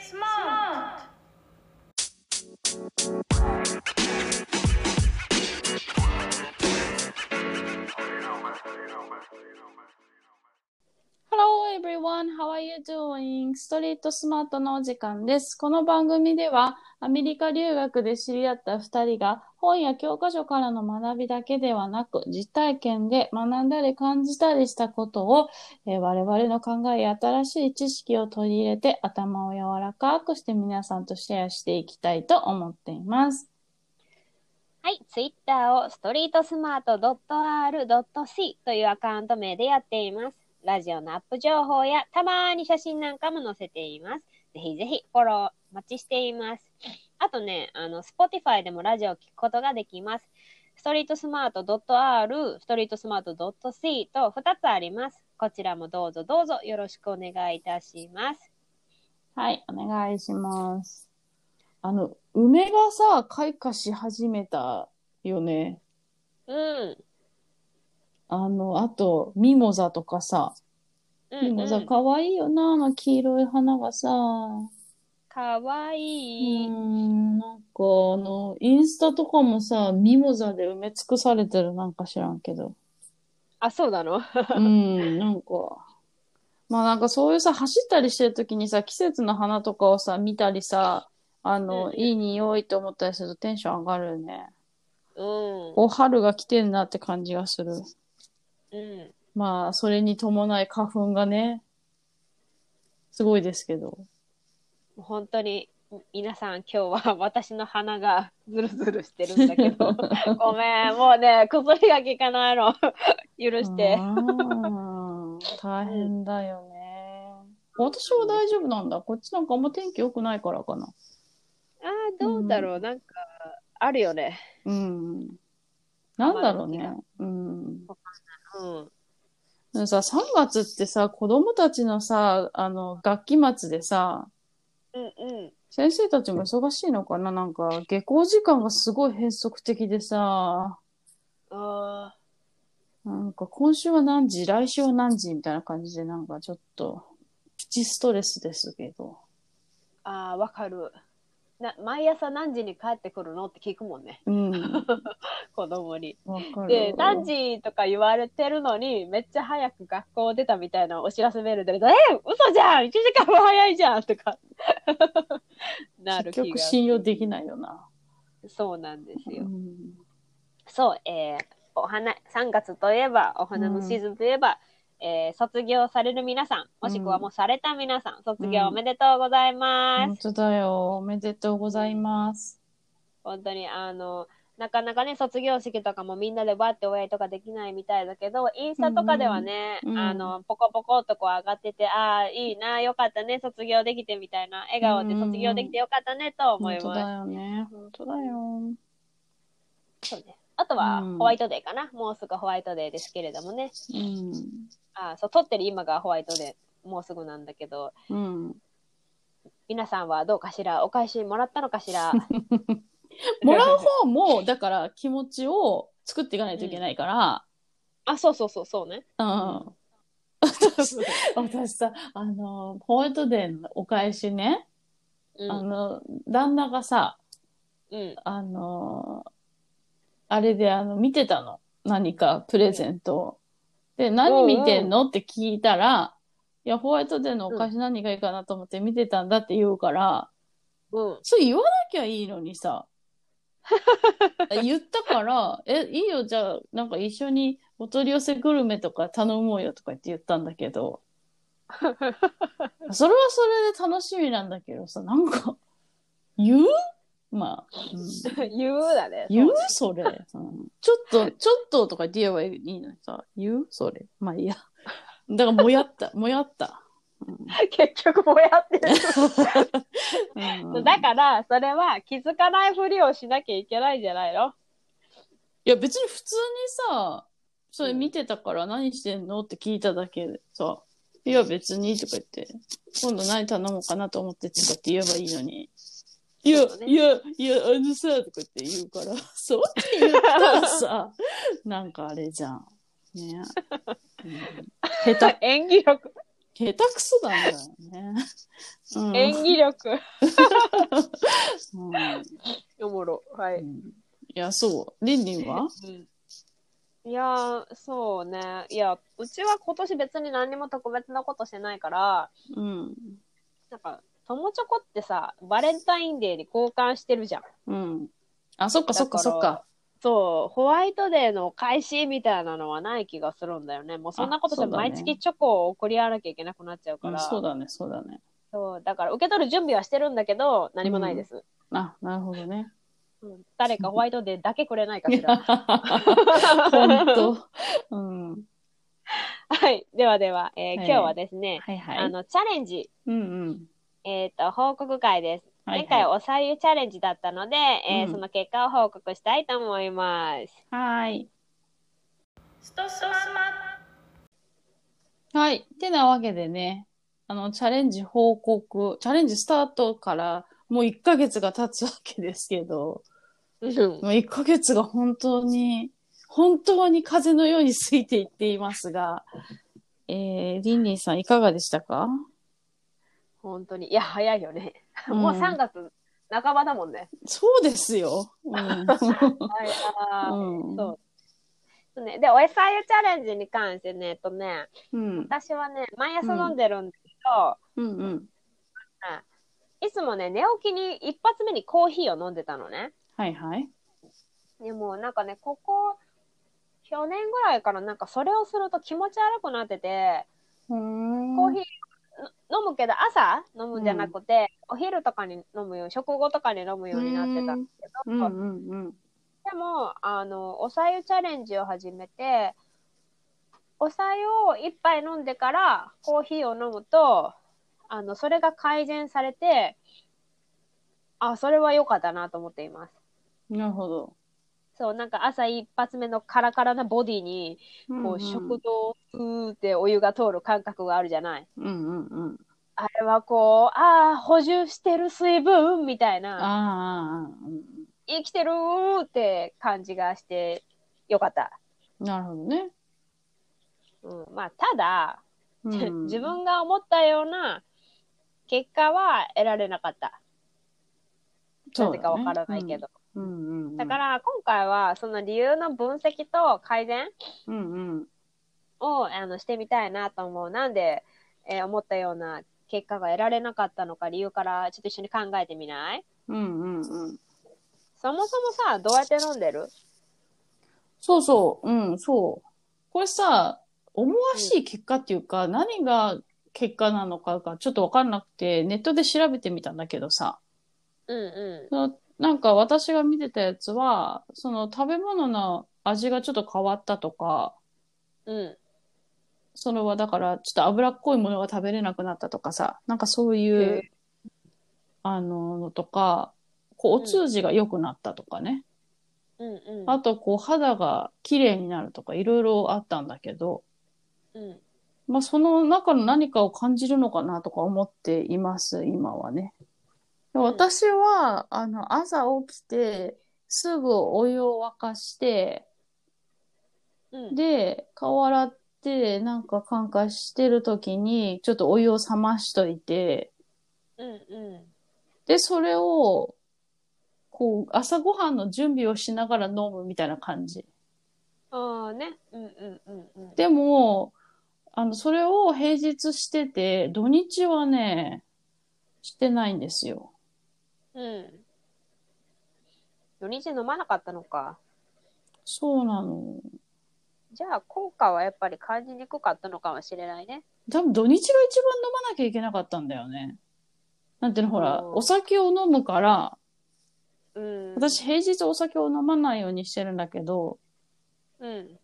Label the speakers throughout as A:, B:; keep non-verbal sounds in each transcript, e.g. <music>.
A: smart.
B: Hello everyone, how are you doing? ストリートスマートのお時間です。この番組ではアメリカ留学で知り合った2人が本や教科書からの学びだけではなく実体験で学んだり感じたりしたことを、えー我々の考えや新しい知識を取り入れて頭を柔らかくして皆さんとシェアしていきたいと思っています。
C: はい、ツイッターをストリートスマート .r.c というアカウント名でやっています。ラジオのアップ情報やたまーに写真なんかも載せています。ぜひぜひフォローお待ちしています。あとね、あの、Spotify でもラジオを聞くことができます。ストリートスマート .r、ストリートスマート .c と2つあります。こちらもどうぞどうぞよろしくお願いいたします。
B: はい、お願いします。あの、梅がさ、開花し始めたよね。
C: うん。
B: あの、あと、ミモザとかさ、
C: う
B: ミ
C: ん、
B: モ
C: う
B: ザ
C: ん。
B: かわいいよな、あの黄色い花がさ。
C: かわ
B: う
C: いい。
B: ん、なんかあの、インスタとかもさ、ミモザで埋め尽くされてるなんか知らんけ
C: <laughs>
B: ど。
C: あ、そうなの
B: うん、なんか。まあなんかそういうさ、走ったりしてる時にさ、季節の花とかをさ、見たりさ、あ
C: うんう
B: の、
C: ん
B: いい匂いと思ったりするとテンション上がるよね。
C: うん。
B: お、春が来てんなって感じがする。
C: うん。
B: まあ、それに伴い花粉がね、すごいですけど。
C: 本当に皆さん今日は私の鼻が <laughs> ズルズルしてるんだけ <laughs> どごめんもうね薬が効かないの <laughs> 許して
B: あー。大変だよね。私は大丈夫なんだ。こっちなんかあんま天気良くないからかな。
C: あーどうだろう、なんかあるよね
B: うん。なんだろうね。うん。
C: うん
B: でもさ、3月ってさ、子供たちのさ、あの、学期末でさ、
C: うんうん
B: 先生たちも忙しいのかななんか、下校時間がすごい変則的でさ、
C: あ
B: なんか今週は何時、来週は何時みたいな感じで、なんかちょっと、プチストレスですけど。
C: ーあーわかるな毎朝何時に帰ってくるのって聞くもんね
B: <laughs> うん。
C: 子供に
B: わかる。
C: で何時とか言われてるのにめっちゃ早く学校出たみたいなお知らせメールで「え嘘じゃん !1 時間も早いじゃん!」とか <laughs> なる
B: 結
C: 気
B: 局
C: が
B: 信用できないよな。
C: そうなんです
B: う
C: よ。
B: ん
C: そう、えーお花、3月といえば、お花のシーズンといえば、えー卒業される皆さん、もしくはもうされた皆さん、卒業おめでとうございます。
B: 本当だよ。おめでとうございます。
C: 本当に、あの、なかなかね、卒業式とかもみんなでバってお祝いとかできないみたいだけど、インスタとかではね、
B: うんうん
C: あの、ポコポコっとこう上がってて、ああ、いいな、よかったね、卒業できてみたいな、笑顔で卒業できてよかったね、と思い
B: 本
C: ます。
B: 当だよね。本当だよ。
C: そうね。あとは、
B: うん
C: ホワイトデーかな。もうすぐホワイトデーですけれどもね。
B: うん。
C: あそう、撮ってる今がホワイトで、もうすぐなんだけど、 <laughs>
B: うん。
C: 皆さんはどうかしらお返しもらったのか
B: <laughs>
C: しら
B: もらう方も、だから気持ちを作っていかないといけないから、
C: あ、そうそうそう、そうね。
B: うん。
C: ん
B: 私私さ、あの、ホワイトデーのお返しね、
C: う
B: あ
C: ん。
B: の、旦那がさ、
C: うん。
B: あの、あれであの、見てたの。何かプレゼントを。で、何見てんのって聞いたら、いや、ホワイトデーのお菓子何がいいかなと思って見てたんだって言うから、
C: うん。
B: それ言わなきゃいいのにさ。言ったから、え、いいよ、じゃあ、なんか一緒にお取り寄せグルメとか頼もうよとか言って言ったんだけど、それはそれで楽しみなんだけどさ、なんか、言うまあ、うん
C: <laughs> 言うだね。
B: 言う
C: そ
B: そ
C: う
B: れ、うんちょっと、ちょっととか言えばいいのにさ、言うそれ。まあいいや。だから、もやった、もやった。
C: <laughs> 結局もやってる。
B: うん
C: だから、それは気づかないふりをしなきゃいけないんじゃないの
B: いや、別に普通にさ、それ見てたから何してんのって聞いただけでさ、いや、別にとか言って、今度何頼もうかなと思ってとかって言えばいいのに。いや、
C: そうね
B: いや、いや、あのさ、とかって言うから、 <laughs> そうって言ったらさ、なんかあれじゃん。ね。うん下手
C: 演技力。
B: 下手くそなんだよね。うん
C: 演技
B: <laughs>
C: 力。
B: うん
C: おもろ。は
B: う。んいや、そう。りんりんは
C: うんいやーそうね。いや、うちは今年別に何にも特別なことしてないから、
B: うん。
C: なんか、友チョコってさ、バレンタインデーに交換してるじゃん。
B: うん。あ、そっかそっか
C: だから
B: そっか。
C: そう、ホワイトデーの開始みたいなのはない気がするんだよね。もうそんなことし
B: あ
C: て
B: そうだね
C: 毎月チョコを送り合わなきゃいけなくなっちゃうか
B: う
C: ら。
B: ん、そうだね、そうだね。
C: そうだから受け取る準備はしてるんだけど、何もないです。
B: あ、なるほどね。
C: うん誰かホワイトデーだけくれないかしら。
B: <laughs> 本当。うん。
C: はい。ではでは、え
B: は
C: ー今
B: い
C: 日はですね、
B: はいはい。
C: あの、チャレンジ、
B: うんうん。
C: えっ、と、報告会です。
B: はい
C: 前回
B: は
C: おさゆチャレンジだったので、えー
B: うん
C: その結果を報告したいと思います。
B: い。はい。はい。てなわけでね、あの、チャレンジ報告、チャレンジスタートからもう1ヶ月が経つわけですけど、もう1ヶ月が本当に、本当に風のように過いていっていますが、えー、リンリンさんいかがでしたか
C: 本当に。いや、早いよね。
B: うん
C: もう3月半ばだもんね。
B: そうですよ。
C: <laughs>
B: うん。
C: はい、
B: うん
C: そうそうね。で、おさゆチャレンジに関してね、えっとね、
B: うん。
C: 私はね、毎朝飲んでるんだけど、
B: うんうん。
C: いつもね、寝起きに一発目にコーヒーを飲んでたのね。
B: はいはい。
C: でもなんかね、ここ、去年ぐらいからなんかそれをすると気持ち悪くなってて、コ
B: コ
C: ーヒーの飲むけど朝飲むんじゃなくて、お昼とかに飲むよう食後とかに飲むようになってたんだけ
B: う
C: ど、
B: んうんうん。
C: でもあのおさゆチャレンジを始めておさゆを一杯飲んでからコーヒーを飲むとあのそれが改善されてあそれは良かったなと思っています
B: なるほど。
C: そうなんか朝一発目のカラカラなボディにこう食道ふーってお湯が通る感覚があるじゃない
B: うんうんうん。
C: あれはこう、ああ、補充してる水分みたいな、
B: ああ、
C: 生きてるって感じがしてよかった。
B: なるほどね。
C: うん、まあ、ただ、
B: うん
C: <laughs> 自分が思ったような結果は得られなかった。なぜかわからないけ。
B: そうだね
C: ど。
B: うんうんうん。
C: だか、ら、今回はその理由の分析と改善
B: うんうん。
C: をあのしてみたいなと思う。なんで、えー思ったような結果が得られなかったのか理由からちょっと一緒に考えてみない
B: うんうんうん。
C: そもそもさ、どうやって飲んでる
B: そうそう、うん、そう。これさ、思わしい結果っていうか、何が結果なのかがちょっとわかんなくて、ネットで調べてみたんだけどさ、
C: うんう
B: そのなんか私が見てたやつは、その食べ物の味がちょっと変わったとか、
C: ん。うん。
B: それはだから、ちょっと脂っこいものが食べれなくなったとかさ、なんかそうい
C: へ
B: う
C: え、
B: あの、のとか、こう、お通じが良くなったとかね。
C: うんうん。
B: あと、こう、肌が綺麗になるとか、いろいろあったんだけど、
C: うん。
B: まあ、その中の何かを感じるのかなとか思っています、今はね。で私は、あの、朝起きて、すぐお湯を沸かして、
C: うん。
B: で、顔洗って、なんか感化してる時に、ちょっとお湯を冷ましといて、
C: うんう
B: で、それを、こう、朝ごはんの準備をしながら飲むみたいな感じ。
C: ん。ああね。うんうんうんうん。
B: でも、あの、それを平日してて、土日はね、してないんですよ。
C: うん。土日飲まなかったのか。
B: そうなの。
C: じゃあ効果はやっぱり感じにくかったのかもしれないね。
B: 多分土日が一番飲まなきゃいけなかったんだよね。なんていうの、ほら、
C: うん
B: お酒を飲むから、
C: うん。
B: 私。平日お酒を飲まないようにしてるんだけど、
C: うん。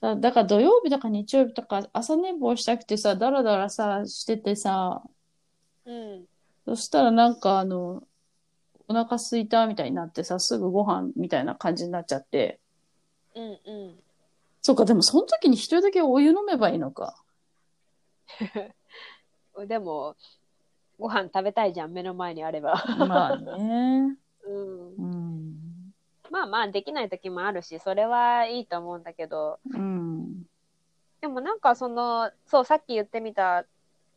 B: さ、だから土曜日とか日曜日とか朝寝坊したくてさ、だらだらさ、しててさ、
C: うん。
B: そしたらなんかあの、お腹空いたみたいになってさ、すぐご飯みたいな感じになっちゃって。
C: うんうん。
B: そうか、でもその時に一人だけお湯飲めばいいのか。
C: でも、ご飯食べたいじゃん、目の前にあれば。
B: まあね。
C: うん。
B: <laughs> うん。
C: まあまあ、できない時もあるし、それはいいと思うんだけど。
B: うん。
C: でもなんかその、そう、さっき言ってみた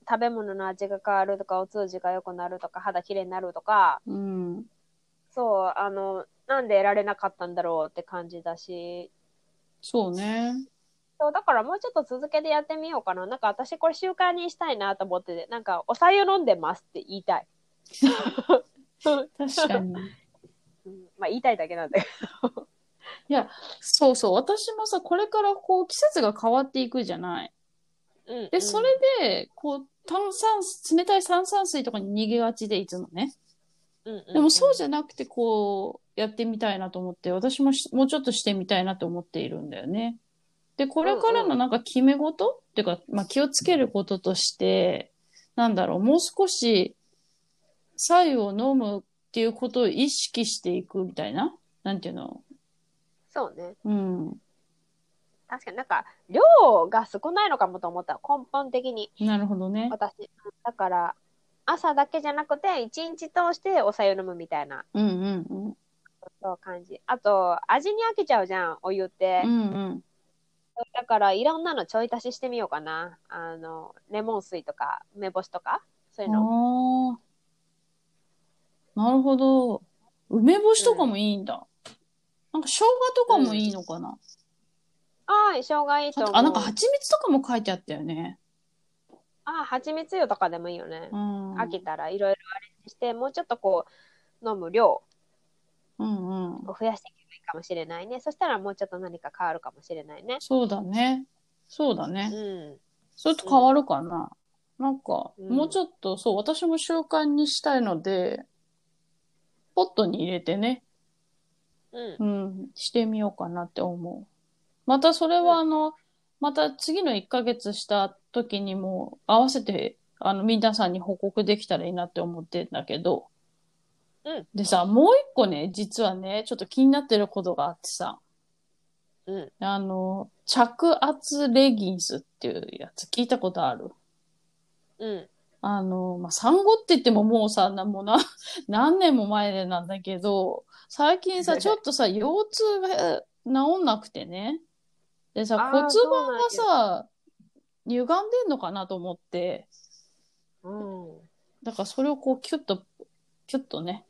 C: 食べ物の味が変わるとか、お通じが良くなるとか、肌綺麗になるとか、
B: うん。
C: そう、あの、なんで得られなかったんだろうって感じだし、
B: そうね。
C: そう、だからもうちょっと続けてやってみようかな。なんか私これ習慣にしたいなと思ってて、なんかお茶湯飲んでますって言いたい。
B: 確かに。
C: うんまあ言いたいだけなんだけど。
B: <laughs> そうそう。私もさ、これからこう季節が変わっていくじゃない。
C: うん、う
B: で、
C: ん
B: それで、こう、炭酸水、冷たい炭酸水とかに逃げがちで、いつもね。
C: うんうんうん
B: でもそうじゃなくて、こう、やってみたいなと思って、私もしもうちょっとしてみたいなと思っているんだよね。で、これからのなんか決め事、っていうか、まあ気をつけることとして、なんだろう、もう少し、白湯を飲むっていうことを意識していくみたいななんていうの
C: そうね。
B: うん。
C: 確かになんか、量が少ないのかもと思った。根本的に。
B: なるほどね。
C: 私。だから、朝だけじゃなくて、一日通してお茶湯飲むみたいな
B: うんうんうん。
C: そう感じ。あと、味に飽きちゃうじゃん、お湯って。
B: うんうん。
C: だから、いろんなのちょい足ししてみようかな。あの、レモン水とか、梅干しとか、そういう
B: あ
C: の。
B: あ。なるほど。梅干しとかもいいんだ。なんか生姜とかもいいのかな、
C: ああ、生姜いいと思う。
B: あ、なんか蜂蜜とかも書いてあったよね。
C: ああ、蜂蜜湯とかでもいいよね
B: う。ん。
C: 飽きたらいろいろアレンジして、もうちょっとこう、飲む量
B: うんうん。
C: を増やしていけばいいかもしれないね。そしたらもうちょっと何か変わるかもしれないね。
B: そうだね。そうだね。
C: うん。
B: それと変わるかな、なんか、
C: うん
B: もうちょっと、そう、私も習慣にしたいので、ポットに入れてね、
C: うん。
B: うん、してみようかなって思う。またそれはあの、また次の1ヶ月した時にも合わせて、あの、皆さんに報告できたらいいなって思ってんだけど。
C: うん
B: でさ、もう一個ね、実はね、ちょっと気になってることがあってさ、
C: うん。
B: あの、着圧レギンスっていうやつ聞いたことある
C: うん。
B: あの、まあ、産後って言ってももうさ、なもうな <laughs> 何年も前でなんだけど、最近さ、ちょっとさ、腰痛がえ治んなくてね。でさ、
C: あー
B: 骨盤がさ、歪んでんのかなと思って、
C: うん。
B: だからそれをこう、キュッと、キュッとね。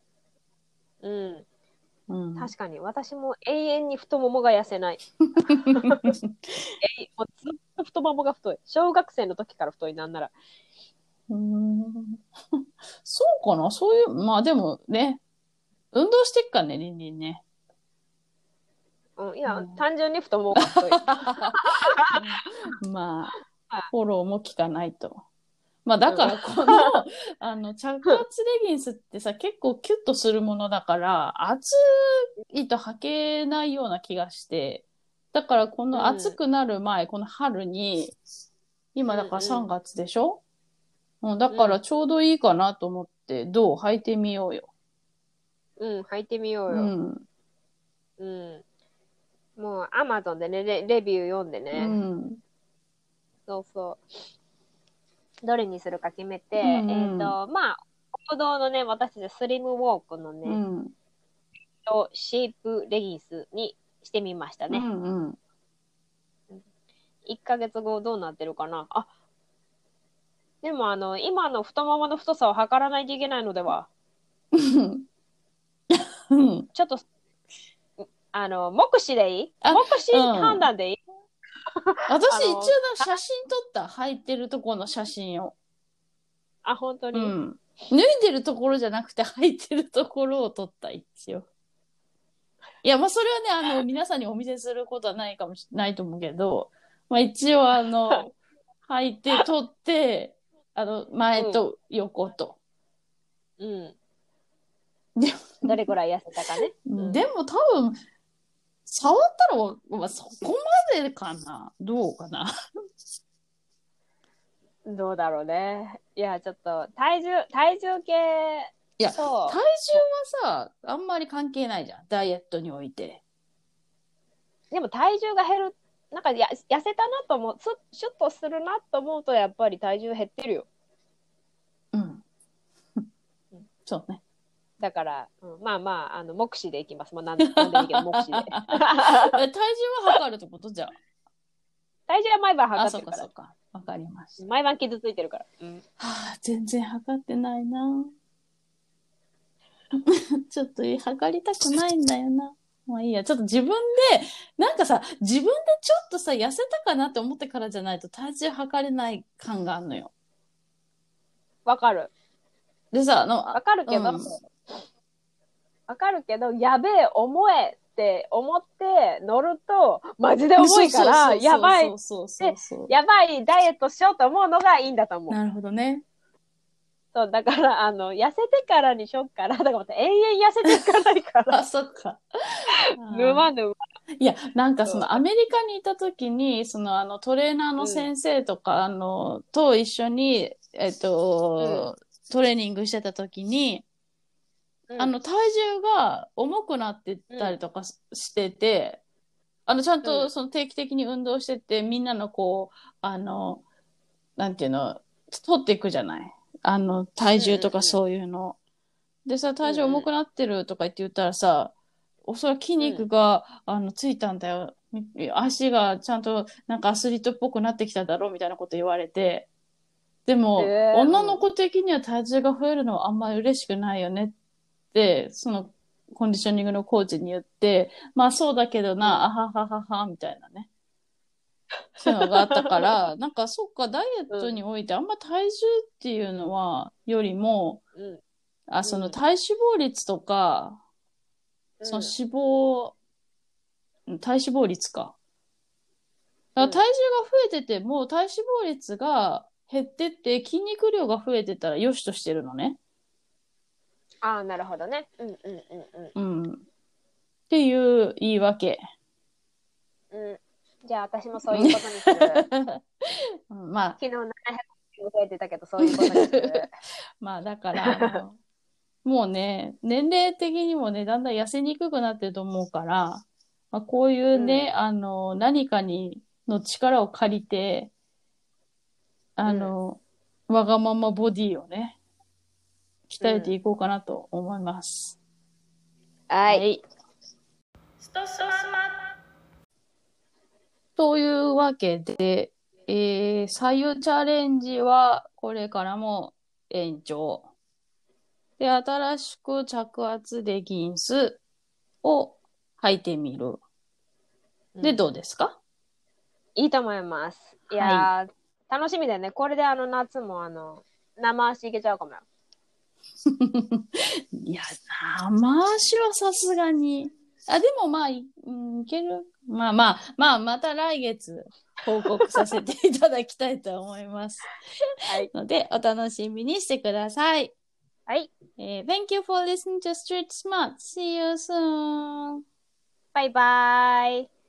C: うん。
B: うん。
C: 確かに、私も永遠に太ももが痩せない。えいもうずっと太ももが太い。小学生の時から太い、なんなら。
B: <laughs> うーんそうかなそういう、まあでもね、運動してっからね、リンリンね。
C: うん、いや、
B: うん
C: 単純に太ももが <laughs> 太い。
B: ま
C: <laughs> は
B: あ
C: い、
B: フォローも効かないと。まあ、だから、この、 <laughs> あの、着圧レギンスってさ、結構キュッとするものだから、暑いと履けないような気がして、だから、こ
C: うん
B: の暑くなる前、この春に、今だから
C: うん
B: 3
C: うん
B: 月でしょ、うんだから、ちょうどいいかなと思って、どう履いてみようよ。
C: うん、履いてみよ
B: う
C: うよ。
B: ん。
C: うん。もう、アマゾンでねレ、レビュー読んで
B: う
C: ね。
B: ん。
C: そうそう。どれにするか決めて、
B: うんうん
C: えっ、と、まあ、王道のね、私たちスリムウォークのね、
B: うん。
C: とシェイプレギンスにしてみました
B: う
C: ね。
B: ん
C: <laughs>
B: うん。
C: 1ヶ月後どうなってるかなあ、でもあの、今の太ももの太さを測らないといけないのでは、
B: うん。
C: ちょっと、あの、目視でいい
B: あ
C: 目視
B: うん
C: 判断でいい、
B: 私
C: あ
B: 一応
C: の
B: な写真撮った履いてるところの写真を、
C: あ、本当に、
B: うん、脱いでるところじゃなくて履いてるところを撮った一応いやまあそれは
C: <laughs>
B: ねあの皆さんにお見せすることはないかもしないと思うけど、まあ、一応あ
C: <laughs>
B: の履いて撮ってあの前と横と、
C: うん。
B: で
C: どれくらい痩せたかね。うん
B: でも多分触ったらわ、まあ、そこまでかなどうか
C: <laughs>
B: な
C: どうだろうね。いや、ちょっと、体重、体重計、
B: いや
C: そ
B: 体
C: う。
B: 重はさあんまり関係ないじゃんダイエットにおいて。
C: でも体重が減る、なんかや痩せたなと思う、すシュッとするなと思うと、やっぱり体重減ってるよ。
B: うん。そう <laughs> ね。
C: だから、うん、まあまあ、あの、目視でいきます。もう
B: <laughs>
C: なんなんでもいいけど、目視で。体重
B: え体重は測るってことじゃあ。
C: は毎晩
B: あ、
C: 測っ
B: そ
C: て
B: う
C: る
B: か
C: か
B: そ
C: ら
B: う。か。あ測りました。
C: 毎晩傷ついてるから。うん。
B: はあ、全然測ってないな。 <laughs> ちょっと測りたくないんだよな。まあいいや、ちょっと自分で、なんかさ、自分でちょっとさ、痩せたかなって思ってからじゃないと体重測れない感があるのよ。
C: わかる。
B: でさ、あの、
C: わかるけど、わ
B: うん、
C: かるけど、やべえ、重えって思って乗ると、マジで重いから、
B: そうそうそうそう
C: やばい、
B: そうそうそう
C: やばい、ダイエットしようと思うのがいいんだと思う。
B: なるほどね。
C: そう、だから、あの、痩せてからにしよっから、だからまた永遠痩せていかないか
B: <laughs>
C: ら、
B: あ、そっか。
C: 沼沼。
B: いや、なんかそ
C: そう
B: のアメリカにいた時に、そのあのトレーナーの先生とか、あの、と一緒に、えっと、トレーニングしてた時に、
C: うん
B: あの体重が重くなってたりとかししてて、あのちゃん
C: う
B: と
C: ん
B: その定期的に運動してて、みんなのこう、あの、なんていうの、取っていくじゃないあの、体重と
C: うんうんうん
B: かそういうの。でさ、体重重くなってるとか言って言ったらさ、おそらく筋肉が、あの、ついたんだよ。み足がちゃんとなんかアスリートっぽくなってきただろうみたいなこと言われて、でも、
C: えー
B: 女の子的には体重が増えるのはあんまり嬉しくないよねって、そのコンディショニングのコーチに言って、まあそうだけどな、あはははは、みたいなね。そういうのがあった <laughs> から、なんかそっか、ダイエットにおいてあんま体重っていうのは、よりも、
C: うん
B: あ、そうの
C: ん
B: 体脂肪率とか、その脂肪、うん体脂肪率か。だから体重が増えてても、体脂肪率が減ってって、筋肉量が増えてたら良しとしてるのね。
C: ああ、なるほどね。うんうんうんうん。
B: うん。っていう言い訳。
C: うん、じゃあ私もそういうことに <laughs> する。昨
B: うんまあ、
C: 日700円増えてたけど、そういうことにする。
B: まあだから、あのもうね、年齢的にもね、だんだん痩せにくくなってると思うから、まあ、こういうね、あの、何かに、の力を借りて、あの、わがままボディをね、鍛えていこうかなと思います。。
C: <laughs> はい
B: というわけで、えー、左右チャレンジはこれからも延長。で、新しく着圧でギンスを履いてみる。で、どうですか、 <laughs>
C: いいと思います。いやー、楽しみだよね。これであの夏もあの、生足いけちゃうかもよ。
B: いや、生足はさすがに。あ、でもまあ、いうん、いける。まあまあ、まあ、また来月報告させていただきたいと思います。
C: <laughs> はい。
B: ので、お楽しみにしてください。
C: はい。
B: えー eh, Thank you for listening to Street Smart. See you soon.
C: バイバーイ。